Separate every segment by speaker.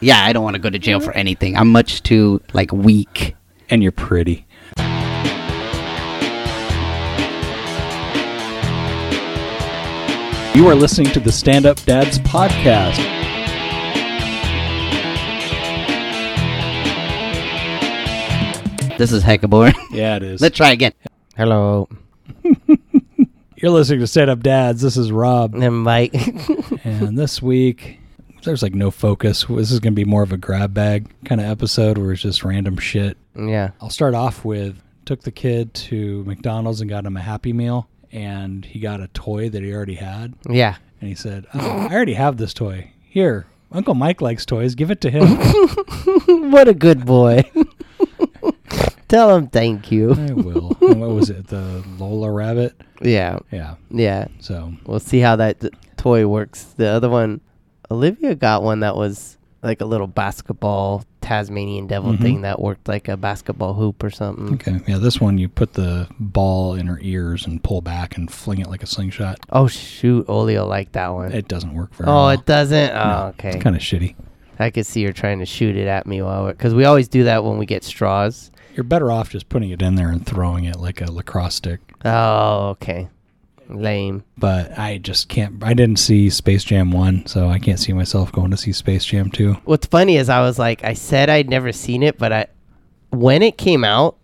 Speaker 1: Yeah, I don't want to go to jail for anything. I'm much too like weak.
Speaker 2: And you're pretty. You are listening to the Stand Up Dads podcast.
Speaker 1: This is hecka boring.
Speaker 2: Yeah, it is.
Speaker 1: Let's try again.
Speaker 3: Hello,
Speaker 2: You're listening to Stand Up Dads. This is Rob.
Speaker 3: and Mike.
Speaker 2: and this week, there's like no focus. This is going to be more of a grab bag kind of episode where it's just random shit.
Speaker 3: yeah,
Speaker 2: I'll start off with took the kid to McDonald's and got him a Happy Meal, and he got a toy that he already had.
Speaker 3: yeah.
Speaker 2: And he said, oh, I already have this toy. Here, Uncle Mike likes toys. Give it to him.
Speaker 3: What a good boy. Tell him thank you.
Speaker 2: I will. And what was it? The Lola Rabbit?
Speaker 3: Yeah,
Speaker 2: Yeah.
Speaker 3: yeah.
Speaker 2: So
Speaker 3: We'll see how that t- toy works. The other one, Olivia got one that was like a little basketball Tasmanian devil
Speaker 2: Mhm.
Speaker 3: thing that worked like a basketball hoop or something.
Speaker 2: Okay. Yeah, this one you put the ball in her ears and pull back and fling it like a slingshot.
Speaker 3: Oh shoot, Olio liked that one.
Speaker 2: It doesn't work very well.
Speaker 3: oh, it doesn't. Oh, okay.
Speaker 2: It's kind of shitty.
Speaker 3: I could see her trying to shoot it at me while because we always do that when we get straws.
Speaker 2: You're better off just putting it in there and throwing it like a lacrosse stick.
Speaker 3: Oh, okay. Lame.
Speaker 2: But I just can't. I didn't see Space Jam 1, so I can't see myself going to see Space Jam 2.
Speaker 3: what's funny is I was like, I said I'd never seen it, but I, when it came out,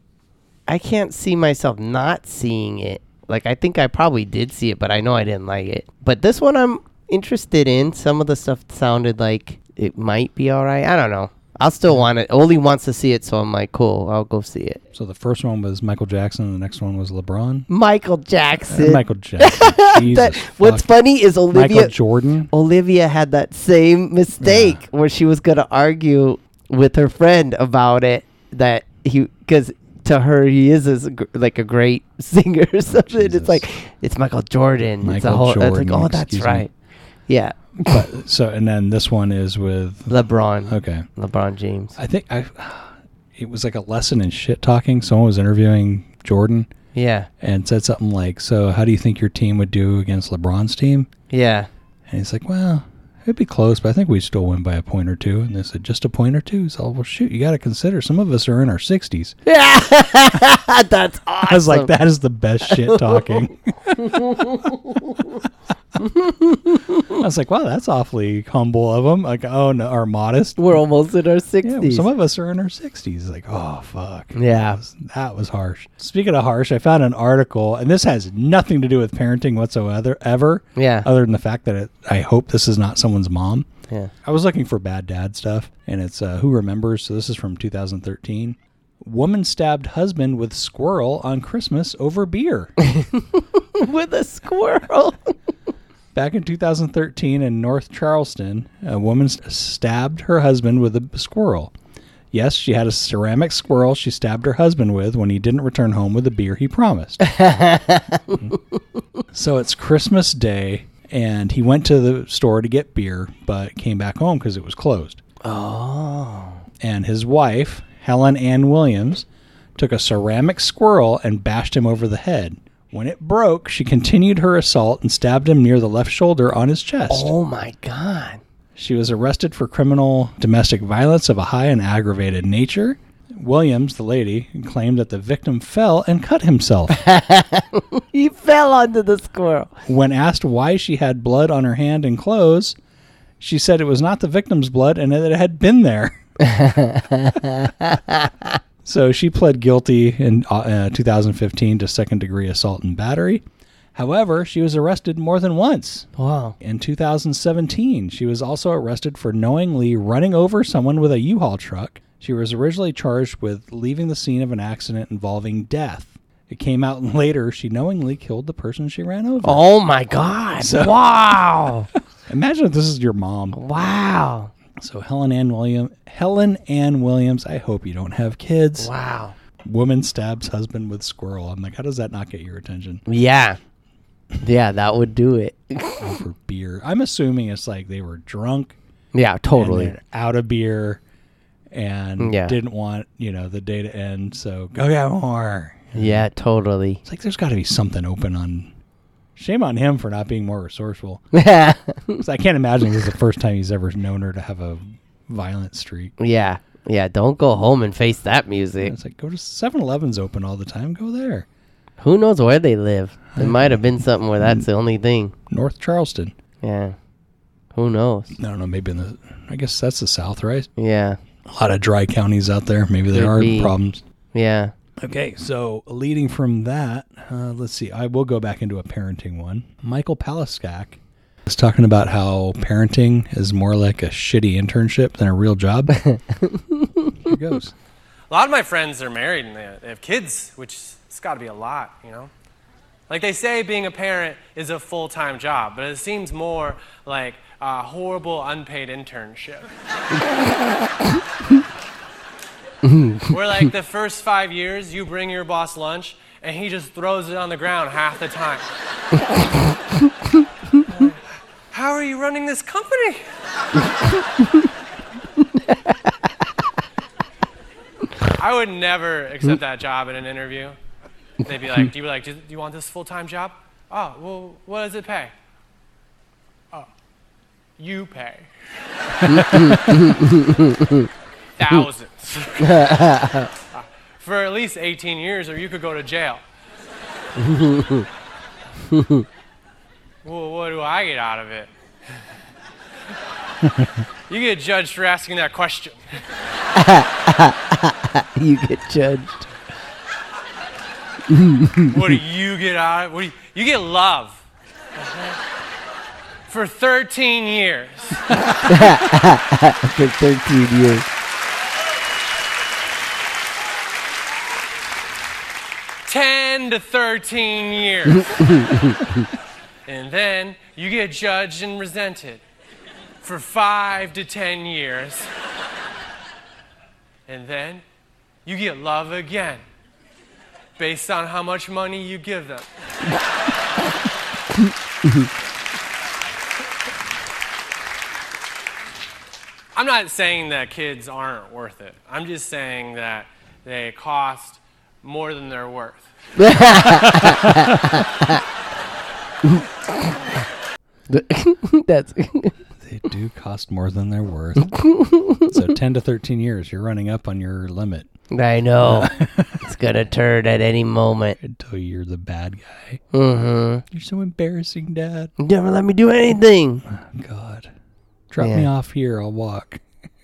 Speaker 3: I can't see myself not seeing it. Like I think I probably did see it, but I know I didn't like it. But this one I'm interested in. Some of the stuff sounded like it might be all right. I don't know. I'll still want it. Oli wants to see it, so I'm like, cool. I'll go see it.
Speaker 2: So the first one was Michael Jackson, the next one was LeBron.
Speaker 3: Michael
Speaker 2: Uh,
Speaker 3: Jackson.
Speaker 2: Michael Jackson. Jesus
Speaker 3: That- what's
Speaker 2: fuck.
Speaker 3: funny is
Speaker 2: Michael
Speaker 3: Olivia.
Speaker 2: Jordan.
Speaker 3: Olivia had that same mistake where she was going to argue with her friend about it that he because to her he is as gr- like a great singer or something.
Speaker 2: Jesus.
Speaker 3: it's like it's Michael Jordan. it's a
Speaker 2: Michael
Speaker 3: whole. It's
Speaker 2: Jordan,
Speaker 3: like oh, that's
Speaker 2: excuse me.
Speaker 3: right. Yeah,
Speaker 2: But, so and then this one is with.
Speaker 3: LeBron.
Speaker 2: Okay.
Speaker 3: LeBron James.
Speaker 2: I think I. It was like a lesson in shit talking. Someone was interviewing Jordan
Speaker 3: Yeah,
Speaker 2: and said something like, "So, how do you think your team would do against LeBron's team?"
Speaker 3: yeah,
Speaker 2: And he's like, "Well, it'd be close, but I think we'd still win by a point or two. And they said, "Just a point or two? So, well, shoot, you got to consider some of us are in our 60s.
Speaker 3: yeah. that's awesome.
Speaker 2: I was like, "That is the best shit talking." I was like, "Wow, that's awfully humble of him." Like, "Oh no, or modest."
Speaker 3: We're almost in our
Speaker 2: Yeah,
Speaker 3: sixties.
Speaker 2: some of us are in our 60s. Like, oh, fuck.
Speaker 3: Yeah.
Speaker 2: That was, that was harsh. Speaking of harsh, I found an article, and this has nothing to do with parenting whatsoever, ever,
Speaker 3: yeah,
Speaker 2: other than the fact that it, I hope this is not someone's mom.
Speaker 3: yeah.
Speaker 2: I was looking for bad dad stuff, and it's uh, Who Remembers? So this is from 2013. Woman stabbed husband with squirrel on Christmas over beer.
Speaker 3: with a squirrel.
Speaker 2: Back in 2013 in North Charleston, a woman s- stabbed her husband with a squirrel. Yes, she had a ceramic squirrel she stabbed her husband with when he didn't return home with the beer he promised. so it's Christmas Day, and he went to the store to get beer, but came back home because it was closed.
Speaker 3: oh,
Speaker 2: And his wife, Helen Ann Williams, took a ceramic squirrel and bashed him over the head. When it broke, she continued her assault and stabbed him near the left shoulder on his chest.
Speaker 3: oh my god.
Speaker 2: She was arrested for criminal domestic violence of a high and aggravated nature. Williams, the lady, claimed that the victim fell and cut himself.
Speaker 3: He fell onto the squirrel.
Speaker 2: when asked why she had blood on her hand and clothes, she said it was not the victim's blood and that it had been there. so she pled guilty in uh, uh, 2015 to second degree assault and battery. However, she was arrested more than once.
Speaker 3: Wow.
Speaker 2: In 2017, she was also arrested for knowingly running over someone with a U-Haul truck. She was originally charged with leaving the scene of an accident involving death. It came out later she knowingly killed the person she ran over.
Speaker 3: Oh my God. wow.
Speaker 2: Imagine if this is your mom.
Speaker 3: wow.
Speaker 2: So Helen Ann William, Helen Ann Williams. I hope you don't have kids.
Speaker 3: Wow.
Speaker 2: Woman stabs husband with squirrel. I'm like, how does that not get your attention
Speaker 3: Yeah. Yeah, that would do it.
Speaker 2: for beer? I'm assuming it's like they were drunk.
Speaker 3: Yeah,
Speaker 2: and
Speaker 3: totally.
Speaker 2: they're out of beer and
Speaker 3: Yeah.
Speaker 2: didn't want you know the day to end so go get more
Speaker 3: Yeah, totally.
Speaker 2: it's like there's got to be something open on shame on him for not being more resourceful
Speaker 3: yeah.
Speaker 2: 'Cause i can't imagine this is the first time he's ever known her to have a violent streak.
Speaker 3: Yeah. Yeah. Don't go home and face that music.
Speaker 2: And it's like go to 7-Eleven's open all the time. Go there,
Speaker 3: Who knows where they live? It might have been something where that's the only thing.
Speaker 2: North Charleston.
Speaker 3: Yeah. Who knows?
Speaker 2: I don't know. Maybe in the I guess that's the South, right?
Speaker 3: Yeah.
Speaker 2: A lot of dry counties out there. Maybe there
Speaker 3: Could
Speaker 2: are
Speaker 3: be.
Speaker 2: problems.
Speaker 3: Yeah.
Speaker 2: Okay, so leading from that, uh, let's see. I will go back into a parenting one. Michael Palaskak was talking about how parenting is more like a shitty internship than a real job. Here goes.
Speaker 4: A lot of my friends are married and they they have kids, which it's got to be a lot, you know? Like they say, being a parent is a full time job, but it seems more like a horrible unpaid internship. Where, like, the first five years, you bring your boss lunch and he just throws it on the ground half the time. How are you running this company? I would never accept that job in an interview. They'd be like, "Do you like? Do you want this full-time job? Oh, well, what does it pay? Oh, you pay thousands for at least 18 years, or you could go to jail." well, what do I get out of it? you get judged for asking that question.
Speaker 3: You get judged.
Speaker 4: What do you get out of it? What do you, you get love for 13 years.
Speaker 3: for 13 years.
Speaker 4: It's 10 to 13 years. and then you get judged and resented for 5 to 10 years. And then you get love again based on how much money you give them. I'm not saying that kids aren't worth it. I'm just saying that they cost more than they're worth.
Speaker 3: that's
Speaker 2: They do cost more than they're worth. so 10 to 13 years, you're running up on your limit
Speaker 3: I know. it's gonna turn at any moment.
Speaker 2: until you're the bad guy.
Speaker 3: Mm-hmm.
Speaker 2: You're so embarrassing, Dad.
Speaker 3: You never let me do anything.
Speaker 2: God. Drop me
Speaker 3: Yeah.
Speaker 2: off here. I'll walk.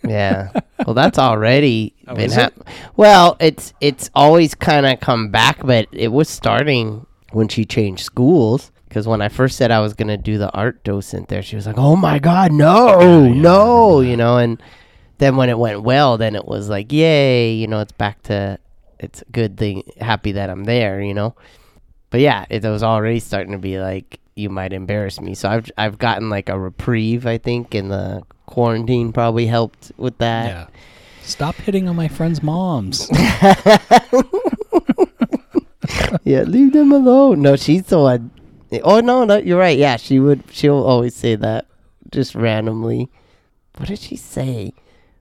Speaker 3: Yeah. Well, that's already been
Speaker 2: Oh, is it?
Speaker 3: happening. Well, it's it's always kind of come back, but it was starting when she changed schools. Because when I first said I was gonna do the art docent there, she was like, "Oh my God, no, no," you know. And then when it went well, then it was like, "Yay!" You know, it's back to it's a good thing. Happy that I'm there, you know. But yeah, it was already starting to be like you might embarrass me. So I've I've gotten like a reprieve, I think, and the quarantine probably helped with that.
Speaker 2: Yeah. Stop hitting on my friends' moms.
Speaker 3: Yeah, leave them alone. No, she's the one. Oh no, no, you're right. Yeah, she would. She'll always say that, just randomly. What did she say?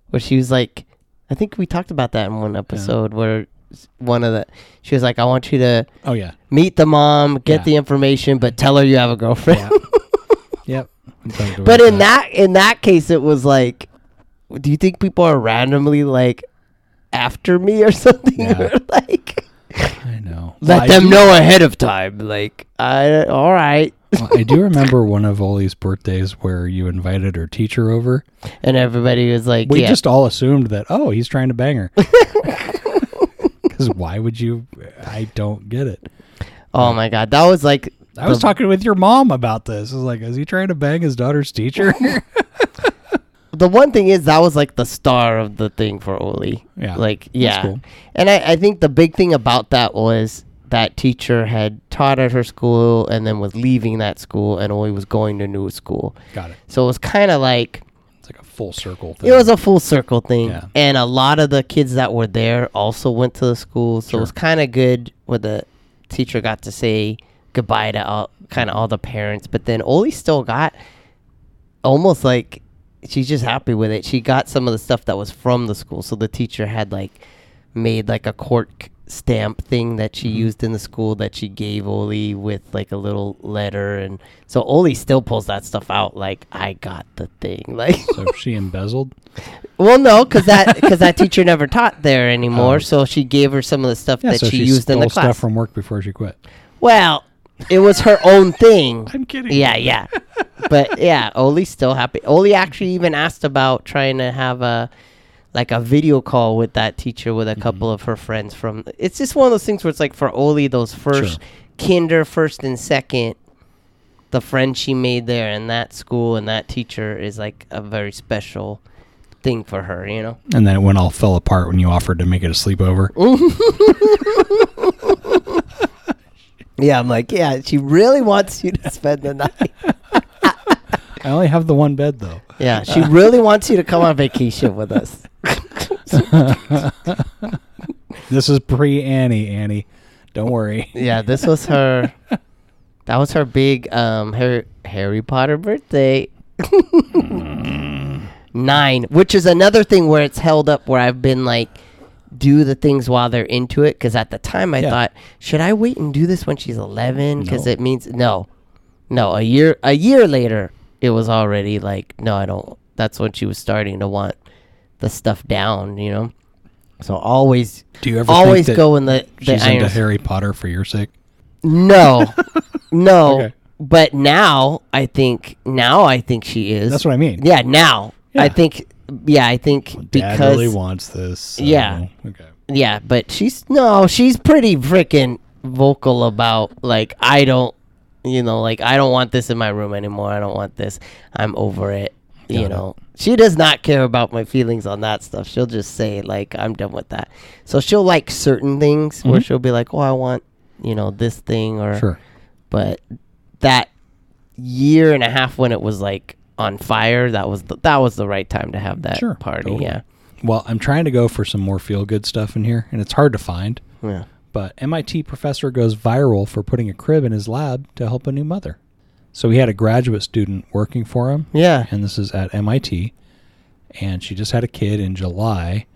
Speaker 3: Where she was like, I think we talked about that in one episode where s- one of the she was like, I want you to
Speaker 2: Oh, yeah.
Speaker 3: meet the mom, get
Speaker 2: Yeah.
Speaker 3: the information, but tell her you have a girlfriend.
Speaker 2: Yeah. yep. I'm talking to
Speaker 3: but
Speaker 2: her
Speaker 3: in
Speaker 2: about
Speaker 3: that in that case, it was like, do you think people are randomly like after me or something?
Speaker 2: Yeah.
Speaker 3: Or, like.
Speaker 2: I know.
Speaker 3: Let
Speaker 2: I
Speaker 3: them
Speaker 2: do-
Speaker 3: know ahead of time. Like, I all right.
Speaker 2: Well, I do remember one of Ollie's birthdays where you invited her teacher over.
Speaker 3: And everybody was like,
Speaker 2: We
Speaker 3: yeah.
Speaker 2: just all assumed that, oh, he's trying to bang her. Because why would you? I don't get it.
Speaker 3: oh my god, that was like,
Speaker 2: I was talking with your mom about this. I was like, is he trying to bang his daughter's teacher?
Speaker 3: the one thing is that was like the star of the thing for Oli.
Speaker 2: Yeah,
Speaker 3: Like,
Speaker 2: that's
Speaker 3: yeah.
Speaker 2: cool.
Speaker 3: And I, I think the big thing about that was that teacher had taught at her school and then was leaving that school and Oli was going to new school.
Speaker 2: Got it.
Speaker 3: So it was kind of like
Speaker 2: It's like a full circle thing.
Speaker 3: it was a full circle thing
Speaker 2: Yeah.
Speaker 3: and a lot of the kids that were there also went to the school so it was kind of good where the teacher got to say goodbye to all kind of all the parents but then Oli still got almost like she's just happy with it she got some of the stuff that was from the school so the teacher had like made like a cork stamp thing that she
Speaker 2: Mm-hmm.
Speaker 3: used in the school that she gave Oli with like a little letter, and so Oli still pulls that stuff out. Like I got the thing. Like
Speaker 2: So she embezzled.
Speaker 3: well, no, because that because that teacher never taught there anymore. So she gave her some of the stuff
Speaker 2: Oh. Yeah,
Speaker 3: that
Speaker 2: so
Speaker 3: she,
Speaker 2: she,
Speaker 3: used in
Speaker 2: stole
Speaker 3: the class.
Speaker 2: stuff from work before she quit.
Speaker 3: Well, it was her own thing.
Speaker 2: I'm kidding.
Speaker 3: Yeah, yeah. But yeah, Oli's still happy. Oli actually even asked about trying to have a like a video call with that teacher with a couple
Speaker 2: Mm-hmm.
Speaker 3: of her friends from it's just one of those things where it's like for Oli those
Speaker 2: Sure.
Speaker 3: first kinder first and second the friend she made there and that school and that teacher is like a very special thing for her, you know.
Speaker 2: And then it went all fell apart when you offered to make it a sleepover.
Speaker 3: Yeah, I'm like, yeah, she really wants you to spend the night.
Speaker 2: I only have the one bed though.
Speaker 3: Yeah, she really wants you to come on vacation with us.
Speaker 2: This is pre Annie, Annie. Don't worry.
Speaker 3: Yeah, this was her. that was her big um her Harry Potter birthday.
Speaker 2: Mm.
Speaker 3: Nine, which is another thing where it's held up where I've been like, do the things while they're into it. Because at the time I
Speaker 2: Yeah.
Speaker 3: thought, should I wait and do this when she's eleven? Because
Speaker 2: No.
Speaker 3: it means no, no. A year, a year later, it was already like, no, I don't. That's when she was starting to want the stuff down, you know. So always,
Speaker 2: Do you ever think
Speaker 3: always
Speaker 2: that
Speaker 3: go in the the
Speaker 2: She's into
Speaker 3: irons.
Speaker 2: Harry Potter for your sake.
Speaker 3: No, no.
Speaker 2: Okay.
Speaker 3: But now I think now I think she is.
Speaker 2: That's what I mean.
Speaker 3: Yeah, now
Speaker 2: Yeah.
Speaker 3: I think. Yeah, I think because
Speaker 2: Dad really wants this. so-
Speaker 3: Yeah.
Speaker 2: Okay.
Speaker 3: yeah, but she's no, she's pretty freaking vocal about like I don't, you know, like I don't want this in my room anymore. I don't want this. I'm over it. you
Speaker 2: Got it.
Speaker 3: know, she does not care about my feelings on that stuff. She'll just say like I'm done with that. So she'll like certain things where she'll be like, oh, I want you know this thing or
Speaker 2: Mm-hmm. Sure.
Speaker 3: but that year and a half when it was like on fire that was the, that was the right time to have that
Speaker 2: Sure,
Speaker 3: party
Speaker 2: totally.
Speaker 3: yeah
Speaker 2: Well, I'm trying to go for some more feel good stuff in here, and it's hard to find.
Speaker 3: yeah
Speaker 2: But MIT professor goes viral for putting a crib in his lab to help a new mother. So he had a graduate student working for him,
Speaker 3: yeah
Speaker 2: and this is at MIT, and she just had a kid in July,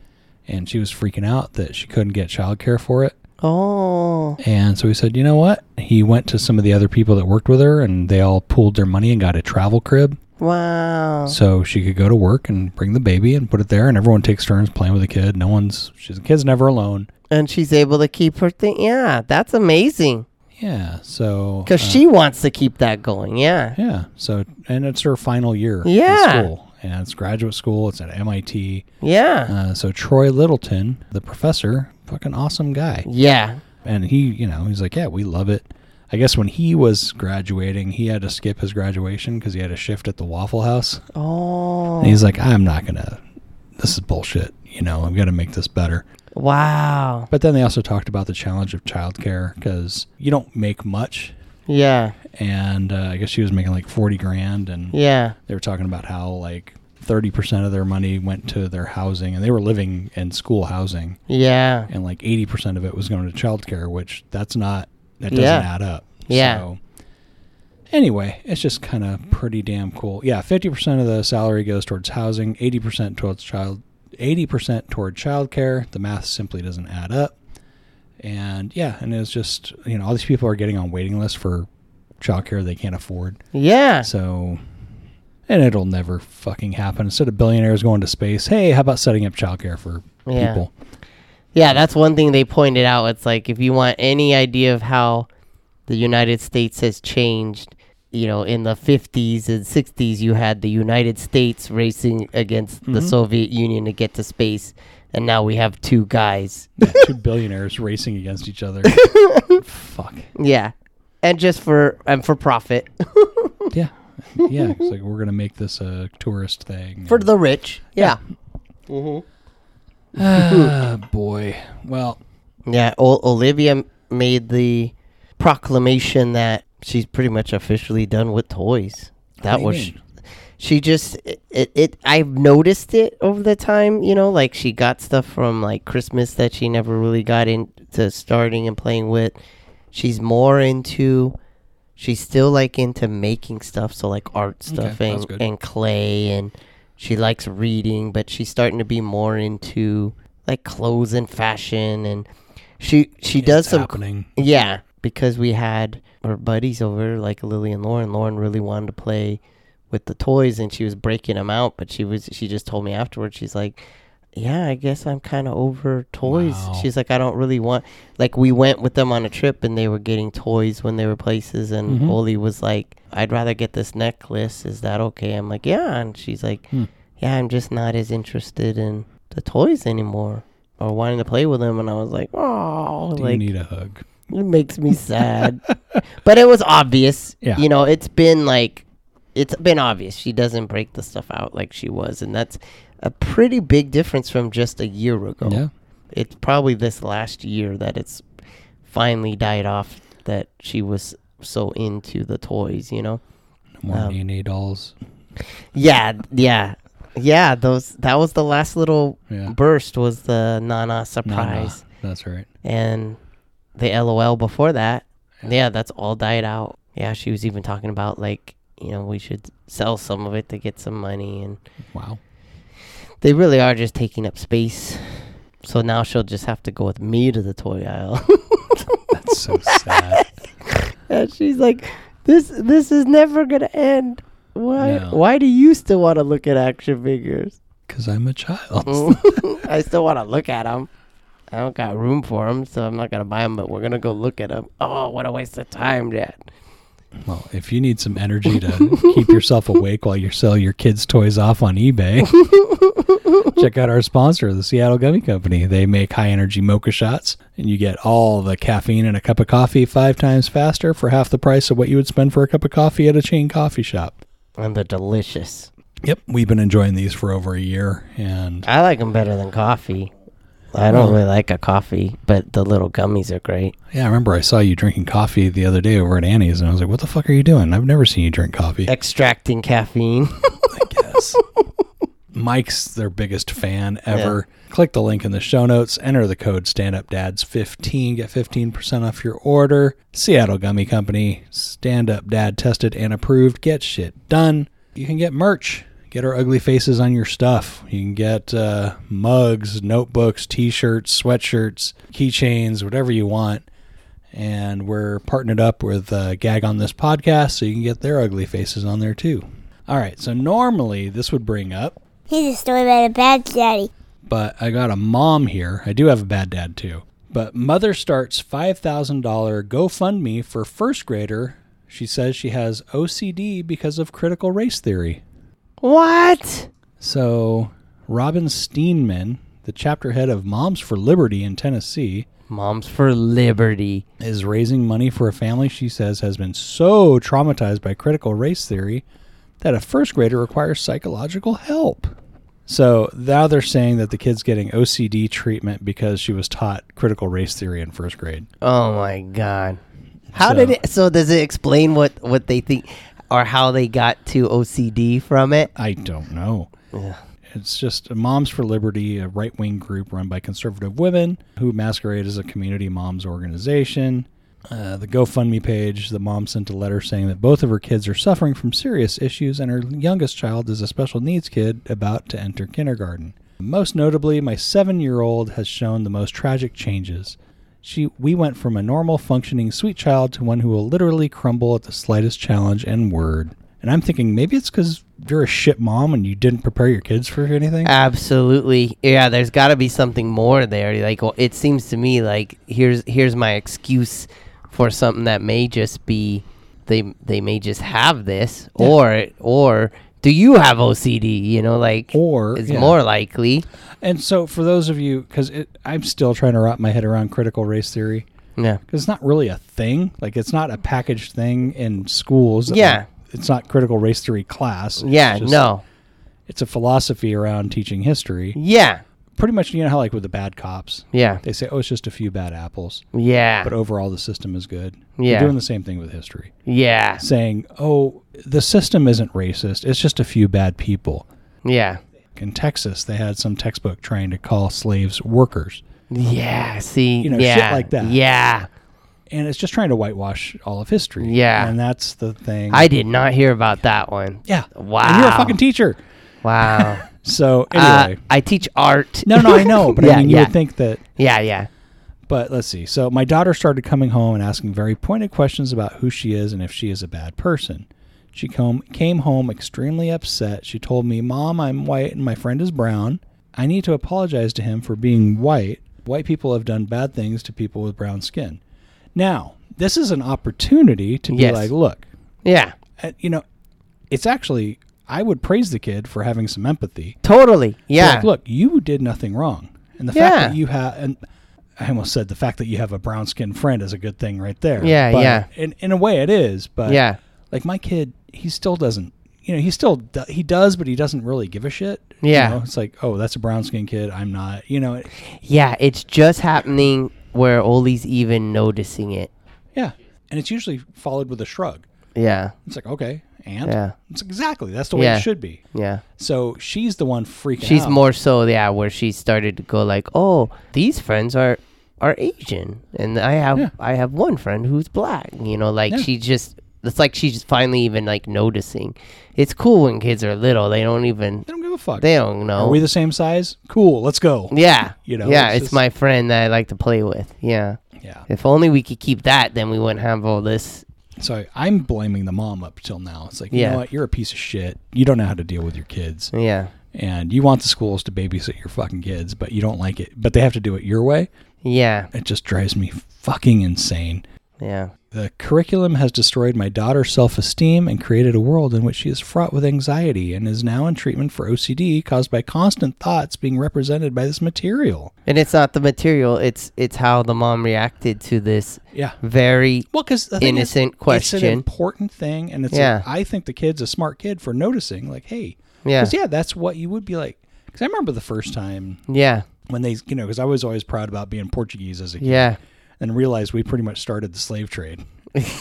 Speaker 2: and she was freaking out that she couldn't get childcare for it.
Speaker 3: oh
Speaker 2: And so he said, you know what? He went to some of the other people that worked with her, and they all pooled their money and got a travel crib
Speaker 3: wow
Speaker 2: so she could go to work and bring the baby and put it there, and everyone takes turns playing with the kid. No one's, she's the kid's never alone.
Speaker 3: and she's able to keep her thing yeah that's amazing
Speaker 2: Yeah. So
Speaker 3: because she wants to keep that going yeah
Speaker 2: Yeah. So, and it's her final year. in
Speaker 3: Yeah.
Speaker 2: school, and it's graduate school. It's at MIT.
Speaker 3: yeah
Speaker 2: Uh, so Troy Littleton, the professor, fucking awesome guy,
Speaker 3: yeah
Speaker 2: and he, you know, he's like, yeah, we love it. I guess when he was graduating, he had to skip his graduation because he had a shift at the Waffle House.
Speaker 3: oh
Speaker 2: And he's like, I'm not gonna. This is bullshit. You know, I'm gonna make this better.
Speaker 3: wow
Speaker 2: But then they also talked about the challenge of childcare because you don't make much,
Speaker 3: yeah
Speaker 2: and uh, I guess she was making like forty grand, and
Speaker 3: yeah
Speaker 2: they were talking about how like 30% of their money went to their housing and they were living in school housing
Speaker 3: yeah
Speaker 2: and like 80% of it was going to childcare which that's not that doesn't
Speaker 3: Yeah.
Speaker 2: add up
Speaker 3: Yeah.
Speaker 2: so anyway it's just kind of pretty damn cool yeah 50% of the salary goes towards housing 80% towards child 80% toward childcare the math simply doesn't add up and yeah and it's just you know all these people are getting on waiting lists for childcare they can't afford
Speaker 3: yeah
Speaker 2: so, and it'll never fucking happen. Instead of billionaires going to space, hey, how about setting up childcare for
Speaker 3: Yeah.
Speaker 2: people?
Speaker 3: Yeah, that's one thing they pointed out. It's like if you want any idea of how the United States has changed, you know, in the 50s and 60s, you had the United States racing against the Soviet Union to get to space, and now we have two guys.
Speaker 2: Yeah, two billionaires racing against each other. Fuck.
Speaker 3: Yeah. And just for and for profit
Speaker 2: Yeah. Yeah. It's like, we're going to make this a tourist thing.
Speaker 3: for the rich. Yeah.
Speaker 2: Ah, boy. Well,
Speaker 3: Yeah, o- Olivia m- made the proclamation that she's pretty much officially done with toys. That
Speaker 2: do you
Speaker 3: was
Speaker 2: mean?
Speaker 3: she just it, it, it I've noticed it over the time, you know, like she got stuff from like Christmas that she never really got into starting and playing with. She's more into she's still like into making stuff, so like art stuff
Speaker 2: that's
Speaker 3: and,
Speaker 2: good.
Speaker 3: and clay and she likes reading, but she's starting to be more into like clothes and fashion and She she does
Speaker 2: It's
Speaker 3: some
Speaker 2: happening.
Speaker 3: Yeah, because we had our buddies over, like Lily and Lauren. Lauren really wanted to play with the toys, and she was breaking them out. But she was she just told me afterwards. She's like, "Yeah, I guess I'm kind of over toys."
Speaker 2: Wow.
Speaker 3: She's like, "I don't really want." Like we went with them on a trip, and they were getting toys when they were places, and
Speaker 2: Mhm.
Speaker 3: Oli was like, "I'd rather get this necklace. Is that okay?" I'm like, "Yeah," and she's like,
Speaker 2: Hmm.
Speaker 3: "Yeah, I'm just not as interested in the toys anymore." Or wanting to play with them, and I was like, "Oh,
Speaker 2: Do you
Speaker 3: like
Speaker 2: need a hug?
Speaker 3: it makes me sad. but it was obvious.
Speaker 2: Yeah.
Speaker 3: You know, it's been like it's been obvious she doesn't break the stuff out like she was and that's a pretty big difference from just a year ago.
Speaker 2: Yeah.
Speaker 3: It's probably this last year that it's finally died off that she was so into the toys, you know.
Speaker 2: No more
Speaker 3: Um,
Speaker 2: DNA dolls.
Speaker 3: Yeah, yeah. Yeah, those that was the last little
Speaker 2: Yeah.
Speaker 3: burst was the Nana
Speaker 2: No, no,
Speaker 3: surprise.
Speaker 2: That's right.
Speaker 3: and the LOL before that. Yeah, that's all died out. Yeah, she was even talking about like, you know, we should sell some of it to get some money and
Speaker 2: Wow.
Speaker 3: they really are just taking up space. So now she'll just have to go with me to the toy aisle.
Speaker 2: That's so sad.
Speaker 3: and she's like, This this is never gonna end. Why
Speaker 2: No.
Speaker 3: why do you still wanna look at action figures?
Speaker 2: Because I'm a
Speaker 3: Oh.
Speaker 2: child.
Speaker 3: I still wanna look at them. I don't got room for them, so I'm not gonna buy them. But we're gonna go look at them. Oh, what a waste of time, Dad!
Speaker 2: Well, if you need some energy to keep yourself awake while you sell your kids' toys off on eBay, check out our sponsor, the Seattle Gummy Company. They make high energy mocha shots, and you get all the caffeine in a cup of coffee five times faster for half the price of what you would spend for a cup of coffee at a chain coffee shop.
Speaker 3: and they're delicious.
Speaker 2: Yep, we've been enjoying these for over a year, and
Speaker 3: I like them better than coffee. I don't really like a coffee, but the little gummies are great.
Speaker 2: yeah, I remember I saw you drinking coffee the other day over at Annie's, and I was like, "What the fuck are you doing? I've never seen you drink coffee."
Speaker 3: Extracting caffeine.
Speaker 2: Yes. Mike's their biggest fan ever. Click the link in the show notes. Enter the code StandUpDads15. Get 15% off your order. Seattle Gummy Company. Stand Up Dad tested and approved. Get shit done. You can get merch. Get our ugly faces on your stuff. You can get uh, mugs, notebooks, t shirts, sweatshirts, keychains, whatever you want and we're partnered up with uh, Gag on this podcast, so you can get their ugly faces on there too. All right, so normally this would bring up,
Speaker 5: Here's a story about a bad daddy.
Speaker 2: but I got a mom here. I do have a bad dad too. But mother starts five thousand dollar GoFundMe for first grader. She says she has OCD because of critical race theory.
Speaker 3: what?
Speaker 2: So Robin Steenman, the chapter head of Moms for Liberty in Tennessee,
Speaker 3: Moms for Liberty.
Speaker 2: is raising money for a family she says has been so traumatized by critical race theory that a first grader requires psychological help. So now they're saying that the kid's getting OCD treatment because she was taught critical race theory in first grade.
Speaker 3: Oh my God. How
Speaker 2: So-
Speaker 3: did it? So does it explain what what they think or how they got to OCD from it?
Speaker 2: I don't know.
Speaker 3: Yeah.
Speaker 2: It's just Moms for Liberty, a right wing group run by conservative women who masquerade as a community moms organization. Uh, the GoFundMe page, the mom sent a letter saying that both of her kids are suffering from serious issues, and her youngest child is a special needs kid about to enter kindergarten. Most notably, my seven year old has shown the most tragic changes. She, we went from a normal, functioning, sweet child to one who will literally crumble at the slightest challenge and word. And I'm thinking maybe it's because you're a shit mom and you didn't prepare your kids for anything.
Speaker 3: Ah. Absolutely. Yeah, there's got to be something more there. Like well, it seems to me like here's here's my excuse for something that may just be they they may just have this or or do you have OCD, you know, like
Speaker 2: Or,
Speaker 3: it's
Speaker 2: yeah.
Speaker 3: more likely.
Speaker 2: And so, for those of you, because I'm still trying to wrap my head around critical race theory,
Speaker 3: Yeah.
Speaker 2: because it's not really a thing. Like, it's not a packaged thing in schools.
Speaker 3: Yeah.
Speaker 2: it's not critical race theory class. It's
Speaker 3: Yeah,
Speaker 2: just-
Speaker 3: no.
Speaker 2: It's a philosophy around teaching history.
Speaker 3: Yeah.
Speaker 2: Pretty much, you know how, like, with the bad cops,
Speaker 3: Yeah.
Speaker 2: they say, oh, it's just a few bad apples,
Speaker 3: Yeah.
Speaker 2: but overall, the system is good.
Speaker 3: Yeah.
Speaker 2: You're doing the same thing with history.
Speaker 3: Yeah.
Speaker 2: Saying, oh, the system isn't racist, it's just a few bad people.
Speaker 3: Yeah.
Speaker 2: In Texas, they had some textbook trying to call slaves workers.
Speaker 3: Yeah, see.
Speaker 2: You know, shit
Speaker 3: yeah.
Speaker 2: like that.
Speaker 3: Yeah.
Speaker 2: and it's just trying to whitewash all of history.
Speaker 3: Yeah.
Speaker 2: and that's the thing.
Speaker 3: I did not hear about that one.
Speaker 2: yeah.
Speaker 3: Wow.
Speaker 2: And you're a fucking teacher.
Speaker 3: Wow.
Speaker 2: So
Speaker 3: Uh,
Speaker 2: anyway,
Speaker 3: I teach art.
Speaker 2: no, no, I know, but I
Speaker 3: Yeah,
Speaker 2: mean, you
Speaker 3: yeah.
Speaker 2: would think that.
Speaker 3: Yeah, yeah.
Speaker 2: But let's see. So my daughter started coming home and asking very pointed questions about who she is and if she is a bad person. She come, came home extremely upset. She told me, Mom, I'm white and my friend is brown. I need to apologize to him for being white. White people have done bad things to people with brown skin. Now, this is an opportunity to be
Speaker 3: Yes.
Speaker 2: like, look,
Speaker 3: Yeah.
Speaker 2: uh, you know, it's actually, I would praise the kid for having some empathy.
Speaker 3: Totally. Yeah.
Speaker 2: Like, look, you did nothing wrong. And the
Speaker 3: Yeah.
Speaker 2: fact that you have, and I almost said the fact that you have a brown skinned friend is a good thing right there.
Speaker 3: Yeah,
Speaker 2: But
Speaker 3: yeah.
Speaker 2: In, in a way, it is. But
Speaker 3: Yeah.
Speaker 2: like my kid, he still doesn't, you know, he still, do, he does, but he doesn't really give a shit. You
Speaker 3: Yeah.
Speaker 2: know, it's like, oh, that's a brown skinned kid. I'm not, you know, it-
Speaker 3: Yeah. It's just happening where Oli's even noticing it.
Speaker 2: yeah. And it's usually followed with a shrug.
Speaker 3: Yeah.
Speaker 2: It's like, okay, and
Speaker 3: Yeah.
Speaker 2: it's exactly, that's the way
Speaker 3: Yeah.
Speaker 2: it should be.
Speaker 3: Yeah.
Speaker 2: So she's the one freaking
Speaker 3: She's
Speaker 2: out.
Speaker 3: more so, yeah, where she started to go like, "Oh, these friends are are Asian, and I have
Speaker 2: Yeah.
Speaker 3: I have one friend who's black." You know, like
Speaker 2: Yeah.
Speaker 3: she just it's like she's finally even like noticing. It's cool when kids are little; they don't even
Speaker 2: they don't give a fuck.
Speaker 3: they don't know.
Speaker 2: Are we the same size? Cool, let's go.
Speaker 3: yeah,
Speaker 2: you know,
Speaker 3: yeah,
Speaker 2: it's
Speaker 3: it's,
Speaker 2: just-
Speaker 3: my friend that I like to play with. Yeah,
Speaker 2: Yeah.
Speaker 3: if only we could keep that, then we wouldn't have all this.
Speaker 2: So I'm blaming the mom up till now. It's like, you
Speaker 3: Yeah.
Speaker 2: know what? You're a piece of shit. You don't know how to deal with your kids.
Speaker 3: Yeah,
Speaker 2: And you want the schools to babysit your fucking kids, but you don't like it. But they have to do it your way.
Speaker 3: yeah,
Speaker 2: It just drives me fucking insane.
Speaker 3: yeah.
Speaker 2: The curriculum has destroyed my daughter's self esteem and created a world in which she is fraught with anxiety and is now in treatment for OCD caused by constant thoughts being represented by this material.
Speaker 3: And it's not the material; it's it's how the mom reacted to this
Speaker 2: Yeah.
Speaker 3: very
Speaker 2: Well, because
Speaker 3: Innocent
Speaker 2: it's an
Speaker 3: question.
Speaker 2: important thing, and it's
Speaker 3: Yeah.
Speaker 2: I think the kid's a smart kid for noticing. Like, hey,
Speaker 3: Yeah.
Speaker 2: 'Cause, yeah, that's what you would be like. Because I remember the first time
Speaker 3: yeah,
Speaker 2: when they, you know, because I was always proud about being Portuguese as a kid,
Speaker 3: yeah.
Speaker 2: and realized we pretty much started the slave trade.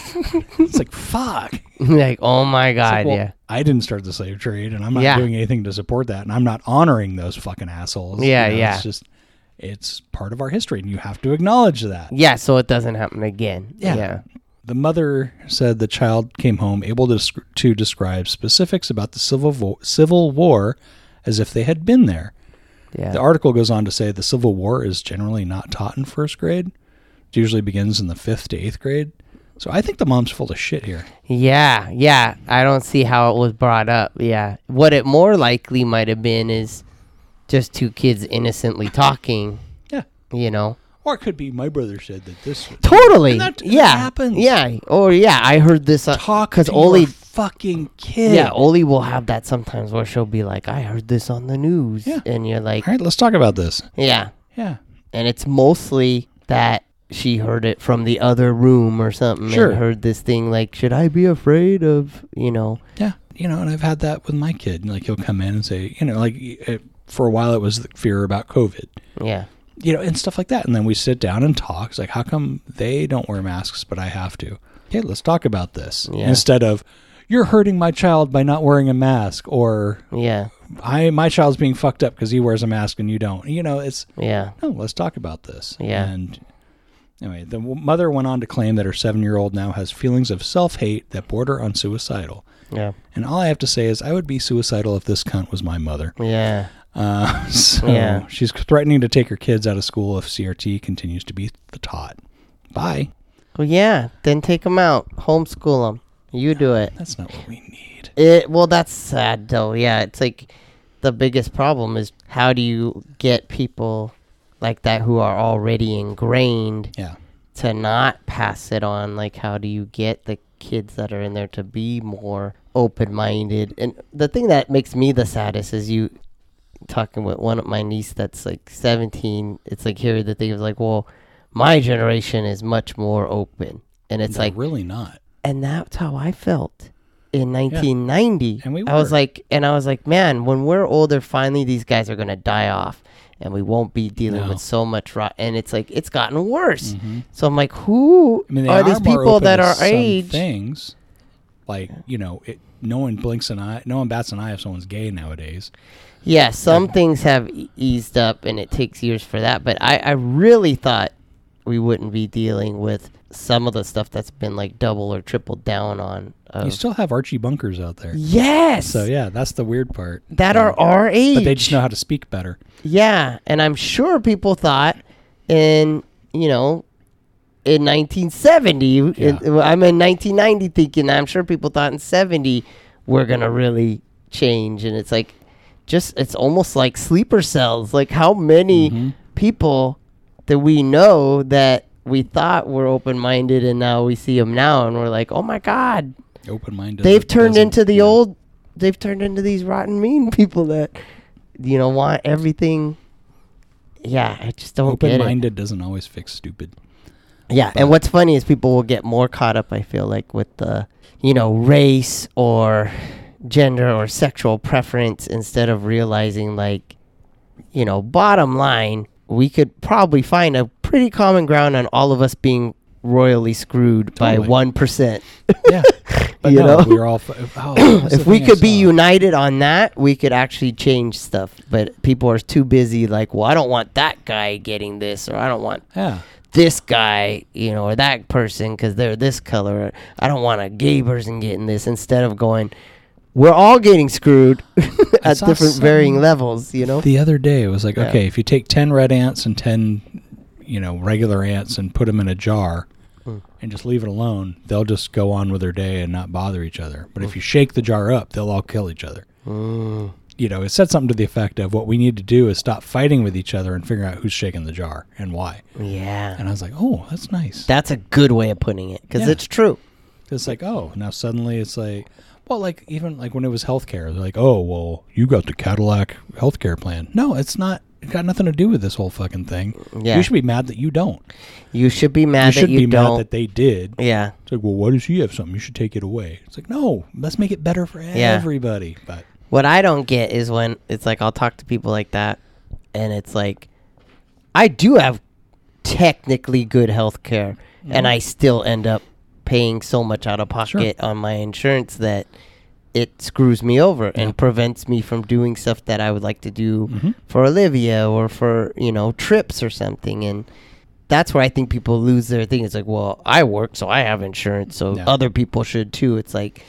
Speaker 2: it's like fuck. It's
Speaker 3: like, oh my god,
Speaker 2: like, well,
Speaker 3: yeah,
Speaker 2: I didn't start the slave trade, and I'm not
Speaker 3: Yeah.
Speaker 2: doing anything to support that, and I'm not honoring those fucking assholes.
Speaker 3: Yeah, yeah.
Speaker 2: It's just it's part of our history, and you have to acknowledge that.
Speaker 3: yeah. So it doesn't happen again.
Speaker 2: Yeah.
Speaker 3: yeah,
Speaker 2: The mother said the child came home able to, desc- to describe specifics about the Civil, vo- Civil War as if they had been there.
Speaker 3: yeah.
Speaker 2: The article goes on to say the Civil War is generally not taught in first grade. It usually begins in the fifth to eighth grade. So I think the mom's full of shit here.
Speaker 3: yeah, yeah. I don't see how it was brought up. Yeah, what it more likely might have been is just two kids innocently talking.
Speaker 2: Yeah.
Speaker 3: You know,
Speaker 2: Or it could be my brother said that this was-
Speaker 3: totally.
Speaker 2: And that- and that
Speaker 3: yeah,
Speaker 2: happens.
Speaker 3: yeah. Or yeah, I heard this uh,
Speaker 2: talk
Speaker 3: because
Speaker 2: to your
Speaker 3: Oli.
Speaker 2: fucking kid.
Speaker 3: Yeah, Oli will have that sometimes where she'll be like, "I heard this on the news,"
Speaker 2: Yeah.
Speaker 3: and you're like,
Speaker 2: All right, let's talk about this.
Speaker 3: "Yeah,"
Speaker 2: Yeah.
Speaker 3: and it's mostly that she heard it from the other room or something
Speaker 2: Sure.
Speaker 3: and heard this thing like should i be afraid of you know
Speaker 2: Yeah, you know, and I've had that with my kid. Like he'll come in and say, you know, like it, for a while it was the fear about COVID,
Speaker 3: yeah
Speaker 2: you know, and stuff like that. And then we sit down and talk. It's like, how come they don't wear masks but I have to? Okay, let's talk about this
Speaker 3: Yeah.
Speaker 2: instead of you're hurting my child by not wearing a mask, or
Speaker 3: yeah
Speaker 2: I my child's being fucked up because he wears a mask and you don't. You know, it's
Speaker 3: yeah
Speaker 2: no, let's talk about this.
Speaker 3: Yeah.
Speaker 2: And anyway, the w- mother went on to claim that her seven year old now has feelings of self hate that border on suicidal.
Speaker 3: yeah
Speaker 2: And all I have to say is, I would be suicidal if this cunt was my mother.
Speaker 3: yeah
Speaker 2: Uh, so
Speaker 3: Yeah.
Speaker 2: she's threatening to take her kids out of school if CRT continues to be the taught. Bye.
Speaker 3: well yeah then take them out homeschool them you do it
Speaker 2: That's not what we need.
Speaker 3: it well that's sad though yeah it's like the biggest problem is how do you get people like that who are already ingrained
Speaker 2: Yeah.
Speaker 3: to not pass it on like how do you get the kids that are in there to be more open-minded and the thing that makes me the saddest is you talking with one of my niece that's like 17 it's like here the thing is like well my generation is much more open and it's
Speaker 2: They're
Speaker 3: like
Speaker 2: really not.
Speaker 3: and that's how I felt in 1990.
Speaker 2: And we
Speaker 3: I was
Speaker 2: were.
Speaker 3: like, and I was like, man, when we're older, finally these guys are gonna die off, and we won't be dealing
Speaker 2: No. Mm-hmm.
Speaker 3: with so much rot. And it's like it's gotten worse. So I'm like, who are,
Speaker 2: more
Speaker 3: these people
Speaker 2: open
Speaker 3: that
Speaker 2: to
Speaker 3: are
Speaker 2: some
Speaker 3: age?
Speaker 2: Things like, you know, it, no one blinks an eye, no one bats an eye if someone's gay nowadays.
Speaker 3: Yeah, some things have e- eased up, and it takes years for that. But I, I really thought we wouldn't be dealing with some of the stuff that's been like double or triple down on.
Speaker 2: You
Speaker 3: Of,
Speaker 2: still have Archie Bunkers out there.
Speaker 3: Oh. yes,
Speaker 2: So, yeah, that's the weird part.
Speaker 3: that are our age.
Speaker 2: But they just know how to speak better.
Speaker 3: Yeah, and I'm sure people thought in you know, in 1970. you-
Speaker 2: Yeah.
Speaker 3: it- I'm in 1990 thinking, I'm sure people thought in 70 we're going to really change. And it's like, just, it's almost like sleeper cells. Like, how many people that we know that we thought were open minded and now we see them now and we're like, oh my God,
Speaker 2: Open minded.
Speaker 3: they've turned into the old they've turned into these rotten mean people that you know want everything yeah i just don't
Speaker 2: Open
Speaker 3: get
Speaker 2: minded doesn't always fix stupid.
Speaker 3: it yeah and what's funny is people will get more caught up i feel like with the you know race or gender or sexual preference instead of realizing like you know bottom line we could probably find a pretty common ground on all of us being royally screwed by
Speaker 2: Totally.
Speaker 3: 1%
Speaker 2: Yeah. But
Speaker 3: You
Speaker 2: no,
Speaker 3: know?
Speaker 2: we're all. F- oh, that was the
Speaker 3: if we
Speaker 2: thing I
Speaker 3: could be
Speaker 2: saw.
Speaker 3: united on that, we could actually change stuff. But people are too busy, like, well, I don't want that guy getting this, or I don't want
Speaker 2: Yeah.
Speaker 3: this guy, you know, or that person because they're this color. Or, I don't want a gay person getting this. Instead of going, we're all getting screwed at
Speaker 2: saw
Speaker 3: different
Speaker 2: some-
Speaker 3: varying levels, you know?
Speaker 2: The other day, it was like,
Speaker 3: Yeah.
Speaker 2: okay, if you take 10 red ants and 10, you know, regular ants and put them in a jar and just leave it alone, they'll just go on with their day and not bother each other. But if you shake the jar up, they'll all kill each other. You know, it said something to the effect of what we need to do is stop fighting with each other and figure out who's shaking the jar and why.
Speaker 3: yeah.
Speaker 2: And I was like, oh, that's nice.
Speaker 3: That's a good way of putting it because
Speaker 2: Yeah.
Speaker 3: it's true.
Speaker 2: It's like, oh, now suddenly it's like, well, like even like when it was healthcare, they're like, oh, well, you got the Cadillac healthcare plan. No, it's not. It got nothing to do with this whole fucking thing.
Speaker 3: Yeah.
Speaker 2: You should be mad that you don't.
Speaker 3: You should be
Speaker 2: you
Speaker 3: mad
Speaker 2: should
Speaker 3: that you
Speaker 2: be
Speaker 3: don't.
Speaker 2: mad that they did.
Speaker 3: yeah.
Speaker 2: It's like, well, why does he have something? You should take it away. It's like, no, let's make it better for everybody. But
Speaker 3: What I don't get is when it's like I'll talk to people like that, and it's like, I do have technically good health care, and I still end up paying so much out of pocket on my insurance that it screws me over and prevents me from doing stuff that I would like to do for Olivia or for you know trips or something and. That's where I think people lose their thing. It's like, well, I work, so I have insurance, so
Speaker 2: Yeah.
Speaker 3: other people should too. It's like,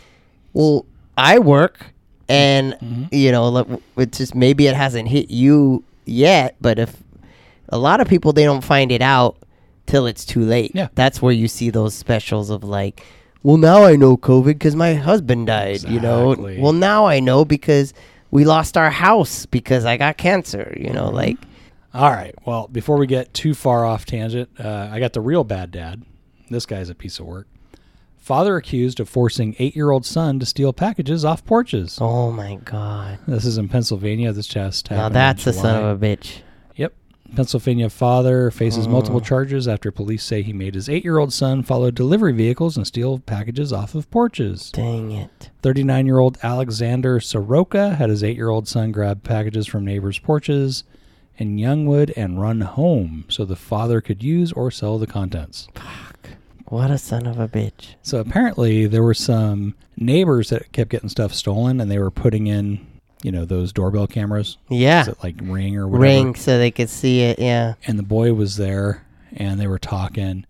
Speaker 3: well, I work, and
Speaker 2: Mm-hmm.
Speaker 3: you know, like, w- it's just maybe it hasn't hit you yet. But if a lot of people, they don't find it out till it's too late.
Speaker 2: Yeah.
Speaker 3: that's where you see those specials of like, well, now I know COVID because my husband died. You know,
Speaker 2: Exactly.
Speaker 3: well, now I know because we lost our house because I got cancer. You
Speaker 2: Mm-hmm.
Speaker 3: know, like,
Speaker 2: all right, well, before we get too far off tangent, uh, I got the real bad dad. This guy's a piece of work. Father accused of forcing eight-year-old son to steal packages off porches.
Speaker 3: oh my god,
Speaker 2: This is in Pennsylvania. This just happened.
Speaker 3: now
Speaker 2: in
Speaker 3: that's a son
Speaker 2: July.
Speaker 3: of a Uh. bitch.
Speaker 2: Yep. Pennsylvania father faces multiple charges after police say he made his eight year old son follow delivery vehicles and steal packages off of porches.
Speaker 3: Dang it.
Speaker 2: 39 year old Alexander Soroka had his eight year old son grab packages from neighbors' porches in Youngwood and run home so the father could use or sell the contents.
Speaker 3: What a son of a bitch.
Speaker 2: So apparently there were some neighbors that kept getting stuff stolen and they were putting in, you know, those doorbell cameras
Speaker 3: Yeah.
Speaker 2: that like ring or whatever.
Speaker 3: ring so they could see it. Yeah.
Speaker 2: and the boy was there and they were talking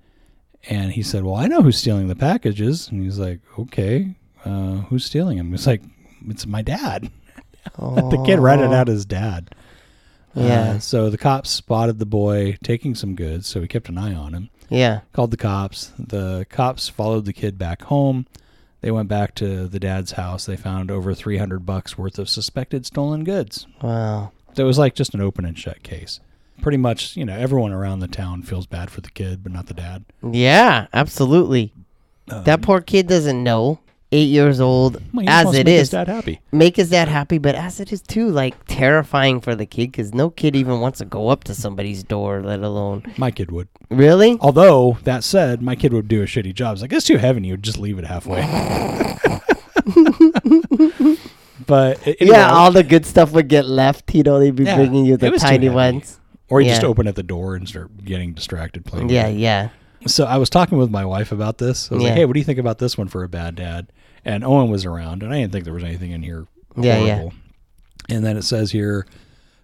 Speaker 2: and he said well i know who's stealing the packages and he's like okay uh, who's stealing them he's like it's my dad the kid ratted out his dad
Speaker 3: Yeah.
Speaker 2: Uh, so the cops spotted the boy taking some goods so he kept an eye on him
Speaker 3: Yeah.
Speaker 2: called the cops the cops followed the kid back home they went back to the dad's house they found over 300 bucks worth of suspected stolen goods
Speaker 3: Wow.
Speaker 2: it was like just an open and shut case. Pretty much, you know, everyone around the town feels bad for the kid, but not the dad.
Speaker 3: Yeah. Absolutely.
Speaker 2: uh,
Speaker 3: that poor kid doesn't know. Eight years old,
Speaker 2: Well, he just
Speaker 3: as
Speaker 2: wants to
Speaker 3: it
Speaker 2: make his
Speaker 3: is,
Speaker 2: dad happy.
Speaker 3: make his dad happy. But as it is too, like terrifying for the kid, because no kid even wants to go up to somebody's door, let alone
Speaker 2: My kid would.
Speaker 3: really.
Speaker 2: Although that said, my kid would do a shitty job. It's like it's too heavy. You would just leave it halfway. but a- anyway,
Speaker 3: yeah, all the good stuff would get left. You know, they'd be
Speaker 2: Yeah,
Speaker 3: bringing you
Speaker 2: it
Speaker 3: the
Speaker 2: was too
Speaker 3: tiny
Speaker 2: heavy.
Speaker 3: ones.
Speaker 2: or you just
Speaker 3: yeah.
Speaker 2: open at the door and start getting distracted playing. with
Speaker 3: Yeah,
Speaker 2: it.
Speaker 3: yeah.
Speaker 2: So I was talking with my wife about this. I was
Speaker 3: Yeah.
Speaker 2: like, "Hey, what do you think about this one for a bad dad?" And Owen was around, and I didn't think there was anything in here.
Speaker 3: Yeah, yeah.
Speaker 2: horrible. And then it says here,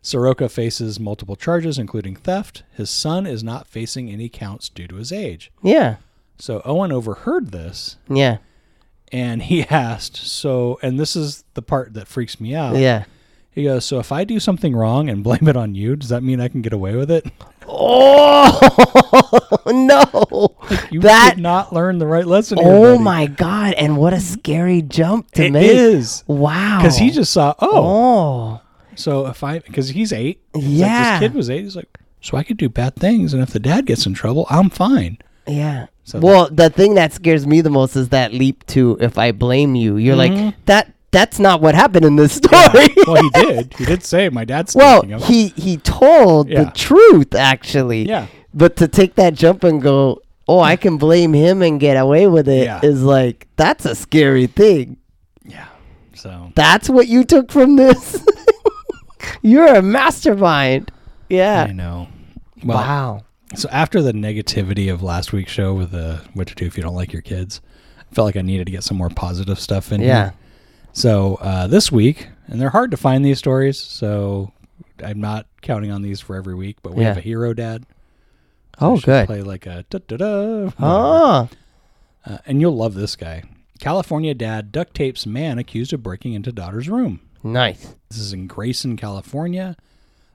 Speaker 2: Soroka faces multiple charges, including theft. His son is not facing any counts due to his age.
Speaker 3: Yeah.
Speaker 2: So Owen overheard this,
Speaker 3: Yeah.
Speaker 2: and he asked, "So?" And this is the part that freaks me out.
Speaker 3: Yeah.
Speaker 2: He goes, So if I do something wrong and blame it on you, does that mean I can get away with it?
Speaker 3: Oh no!
Speaker 2: You
Speaker 3: that
Speaker 2: did not learn the right lesson. here,
Speaker 3: oh
Speaker 2: buddy.
Speaker 3: my god! And what a scary jump to
Speaker 2: It
Speaker 3: make!
Speaker 2: is.
Speaker 3: Wow!
Speaker 2: Because he just saw, oh,
Speaker 3: oh
Speaker 2: so if I, because he's eight. He's
Speaker 3: Yeah.
Speaker 2: Like, this kid was eight. He's like, So I could do bad things. And if the dad gets in trouble, I'm fine.
Speaker 3: yeah. well, the thing that scares me the most is that leap to if I blame you. You're like that. That's not what happened in this story.
Speaker 2: Mm-hmm. Well, he did. He did say, My dad's
Speaker 3: Well,
Speaker 2: stalking him."
Speaker 3: he he told
Speaker 2: Yeah.
Speaker 3: the truth actually.
Speaker 2: Yeah.
Speaker 3: But to take that jump and go, oh, I can blame him and get away with it is
Speaker 2: Yeah.
Speaker 3: like that's a scary thing.
Speaker 2: So
Speaker 3: That's what you took from this. You're a mastermind.
Speaker 2: I
Speaker 3: Yeah.
Speaker 2: know. Well,
Speaker 3: Wow.
Speaker 2: So after the negativity of last week's show with the what to do if you don't like your kids, I felt like I needed to get some more positive stuff in.
Speaker 3: Yeah.
Speaker 2: Here. So uh, this week, and they're hard to find these stories, so I'm not counting on these for every week. But we
Speaker 3: Yeah.
Speaker 2: have a hero dad. I
Speaker 3: Oh,
Speaker 2: should
Speaker 3: good.
Speaker 2: Play like a da da da.
Speaker 3: Oh.
Speaker 2: Uh, and you'll love this guy. California dad duct tapes man accused of breaking into daughter's room.
Speaker 3: Nice.
Speaker 2: This is in Grayson, California.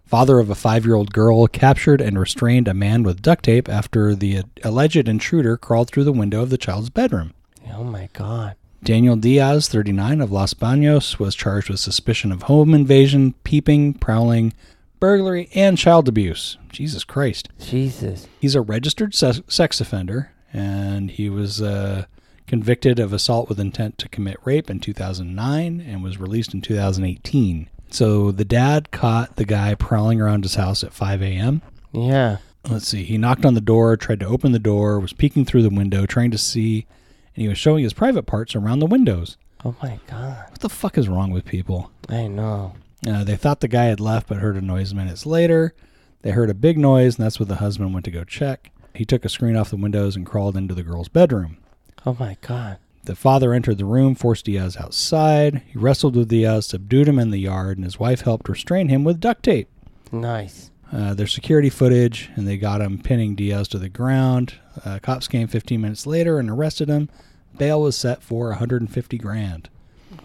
Speaker 2: Father of a five year old girl captured and restrained a man with duct tape after the alleged intruder crawled through the window of the child's bedroom.
Speaker 3: Oh my god.
Speaker 2: Daniel Diaz, 39, of Los Banos, was charged with suspicion of home invasion, peeping, prowling, burglary, and child abuse. Jesus Christ.
Speaker 3: Jesus.
Speaker 2: He's a registered se- sex offender, and he was uh, convicted of assault with intent to commit rape in 2009 and was released in 2018. So the dad caught the guy prowling around his house at 5 a.m.
Speaker 3: Yeah.
Speaker 2: Let's see, he knocked on the door, tried to open the door, was peeking through the window, trying to see, and he was showing his private parts around the windows.
Speaker 3: Oh my god.
Speaker 2: What the fuck is wrong with people?
Speaker 3: I know.
Speaker 2: Uh, they thought the guy had left, but heard a noise minutes later. They heard a big noise, and that's when the husband went to go check. He took a screen off the windows and crawled into the girl's bedroom.
Speaker 3: Oh my god.
Speaker 2: The father entered the room, forced Diaz outside. He wrestled with Diaz, subdued him in the yard, and his wife helped restrain him with duct tape.
Speaker 3: Nice.
Speaker 2: Uh, there's security footage, and they got him pinning Diaz to the ground. Uh, cops came 15 minutes later and arrested him. Bail was set for 150 grand.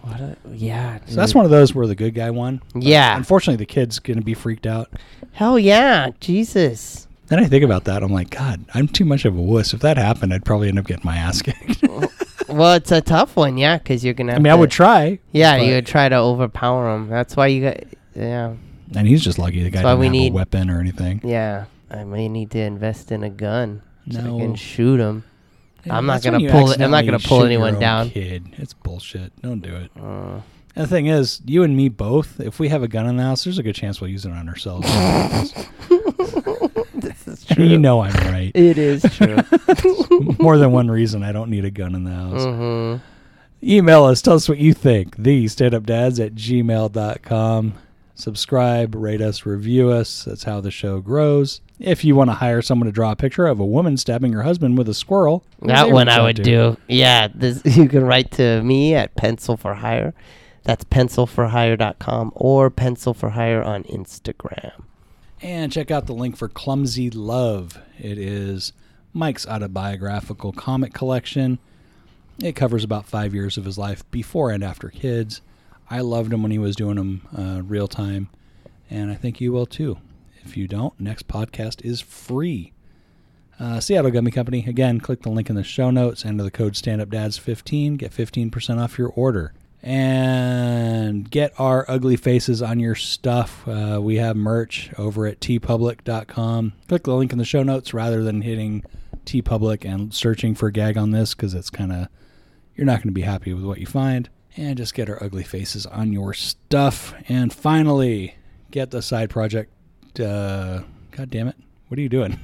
Speaker 3: What a yeah.
Speaker 2: So that's one of those where the good guy won.
Speaker 3: Yeah.
Speaker 2: Unfortunately, the kid's going to be freaked out.
Speaker 3: Hell yeah. Jesus.
Speaker 2: Then I think about that. I'm like, God, I'm too much of a wuss. If that happened, I'd probably end up getting my ass kicked.
Speaker 3: Well, it's a tough one, yeah, because you're gonna.
Speaker 2: I
Speaker 3: Have
Speaker 2: mean, I
Speaker 3: to-
Speaker 2: would try.
Speaker 3: Yeah,
Speaker 2: but-
Speaker 3: you would try to overpower him. That's why you got. Yeah,
Speaker 2: And he's just lucky the guy
Speaker 3: That's
Speaker 2: didn't
Speaker 3: why we
Speaker 2: have
Speaker 3: need-
Speaker 2: a weapon or anything.
Speaker 3: yeah. I may need to invest in a gun so I
Speaker 2: No.
Speaker 3: can shoot him. I'm not
Speaker 2: That's when
Speaker 3: gonna
Speaker 2: you
Speaker 3: pull it- I'm not gonna
Speaker 2: accidentally
Speaker 3: pull
Speaker 2: shoot
Speaker 3: anyone
Speaker 2: your own
Speaker 3: down. Uh.
Speaker 2: Kid, it's bullshit. Don't do it. And the thing is, you and me both. If we have a gun in the house, there's a good chance we'll use it on ourselves.
Speaker 3: This is
Speaker 2: you know I'm right.
Speaker 3: It is true.
Speaker 2: More than one reason I don't need a gun in the house.
Speaker 3: Mhm.
Speaker 2: Email us. Tell us what you think. The standupdads at gmail.com. Subscribe, rate us, review us. That's how the show grows. If you want to hire someone to draw a picture of a woman stabbing her husband with a squirrel,
Speaker 3: That
Speaker 2: they
Speaker 3: one
Speaker 2: reach
Speaker 3: I
Speaker 2: out
Speaker 3: would
Speaker 2: to.
Speaker 3: do. Yeah, this you can write to me at pencil for hire. That's pencilforhire.com or pencil for hire on Instagram.
Speaker 2: And check out the link for Clumsy Love. It is Mike's autobiographical comic collection. It covers about five years of his life before and after kids. I loved him when he was doing them uh, real time, and I think you will too. If you don't, next podcast is free. Uh, Seattle Gummy Company. Again, click the link in the show notes. Enter the code StandUpDads15. Get 15% off your order. And get our ugly faces on your stuff. Uh, we have merch over at tpublic.com. Click the link in the show notes rather than hitting tpublic and searching for gag on this because it's kind of, you're not going to be happy with what you find. And just get our ugly faces on your stuff. And finally, get the side project. Uh, God damn it. What are you doing?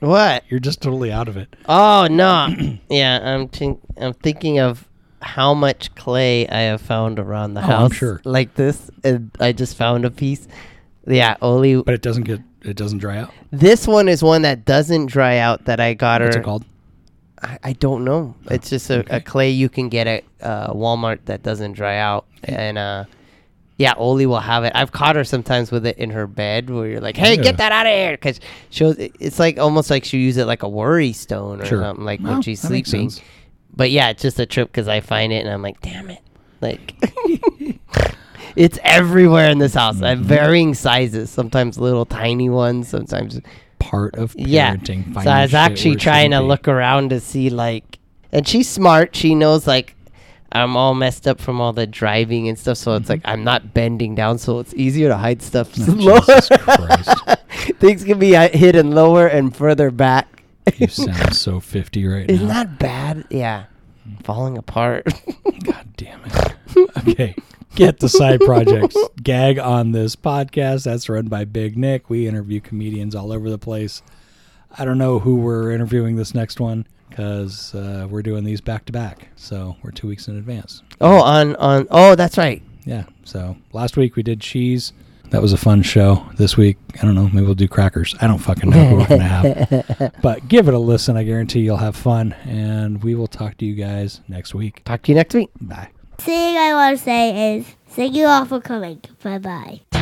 Speaker 3: What?
Speaker 2: You're just totally out of it.
Speaker 3: Oh no! yeah, I'm think- I'm thinking of how much clay I have found around the
Speaker 2: I'm
Speaker 3: house,
Speaker 2: sure.
Speaker 3: like this. And I just found a piece. Yeah, only
Speaker 2: But it doesn't get it doesn't dry out.
Speaker 3: this one is one that doesn't dry out. That I got
Speaker 2: What's
Speaker 3: her.
Speaker 2: it called?
Speaker 3: I, I don't know.
Speaker 2: Oh,
Speaker 3: it's just a, a clay you can get at uh, Walmart that doesn't dry out, and uh, yeah, Oli will have it. I've caught her sometimes with it in her bed, where you're like, "Hey,
Speaker 2: Yeah.
Speaker 3: get that out of here," because she'll. It's like almost like she use it like a worry stone or
Speaker 2: Sure.
Speaker 3: something, like
Speaker 2: Well,
Speaker 3: when she's
Speaker 2: that makes
Speaker 3: sleeping.
Speaker 2: sense.
Speaker 3: But yeah, it's just a trip because I find it and I'm like, "Damn it!" Like, It's everywhere in this house.
Speaker 2: Mm-hmm.
Speaker 3: At varying sizes. Sometimes little tiny ones. Sometimes
Speaker 2: Part of parenting.
Speaker 3: yeah. So
Speaker 2: finding
Speaker 3: I was
Speaker 2: shit where
Speaker 3: actually
Speaker 2: it
Speaker 3: trying to
Speaker 2: shouldn't be.
Speaker 3: look around to see like, and she's smart. She knows like. I'm all messed up from all the driving and stuff, so
Speaker 2: Mm-hmm.
Speaker 3: it's like I'm not bending down, so it's easier to hide stuff lower.
Speaker 2: Jesus Christ.
Speaker 3: Things can be uh, hidden lower and further back.
Speaker 2: You sound so 50 right
Speaker 3: Isn't
Speaker 2: now.
Speaker 3: that bad? Yeah.
Speaker 2: Mm.
Speaker 3: Falling apart.
Speaker 2: God damn it. Okay. Get the side projects gag on this podcast. That's run by Big Nick. We interview comedians all over the place. I don't know who we're interviewing this next one because uh, we're doing these back to back. So we're two weeks in advance.
Speaker 3: oh, on on oh, that's right.
Speaker 2: Yeah. So last week we did cheese. That was a fun show. This week, I don't know. Maybe we'll do crackers. I don't fucking know who we're going to have. But give it a listen. I guarantee you'll have fun. And we will talk to you guys next week.
Speaker 3: Talk to you next week.
Speaker 2: Bye.
Speaker 5: Thing I want to say is thank you all for coming. Bye bye.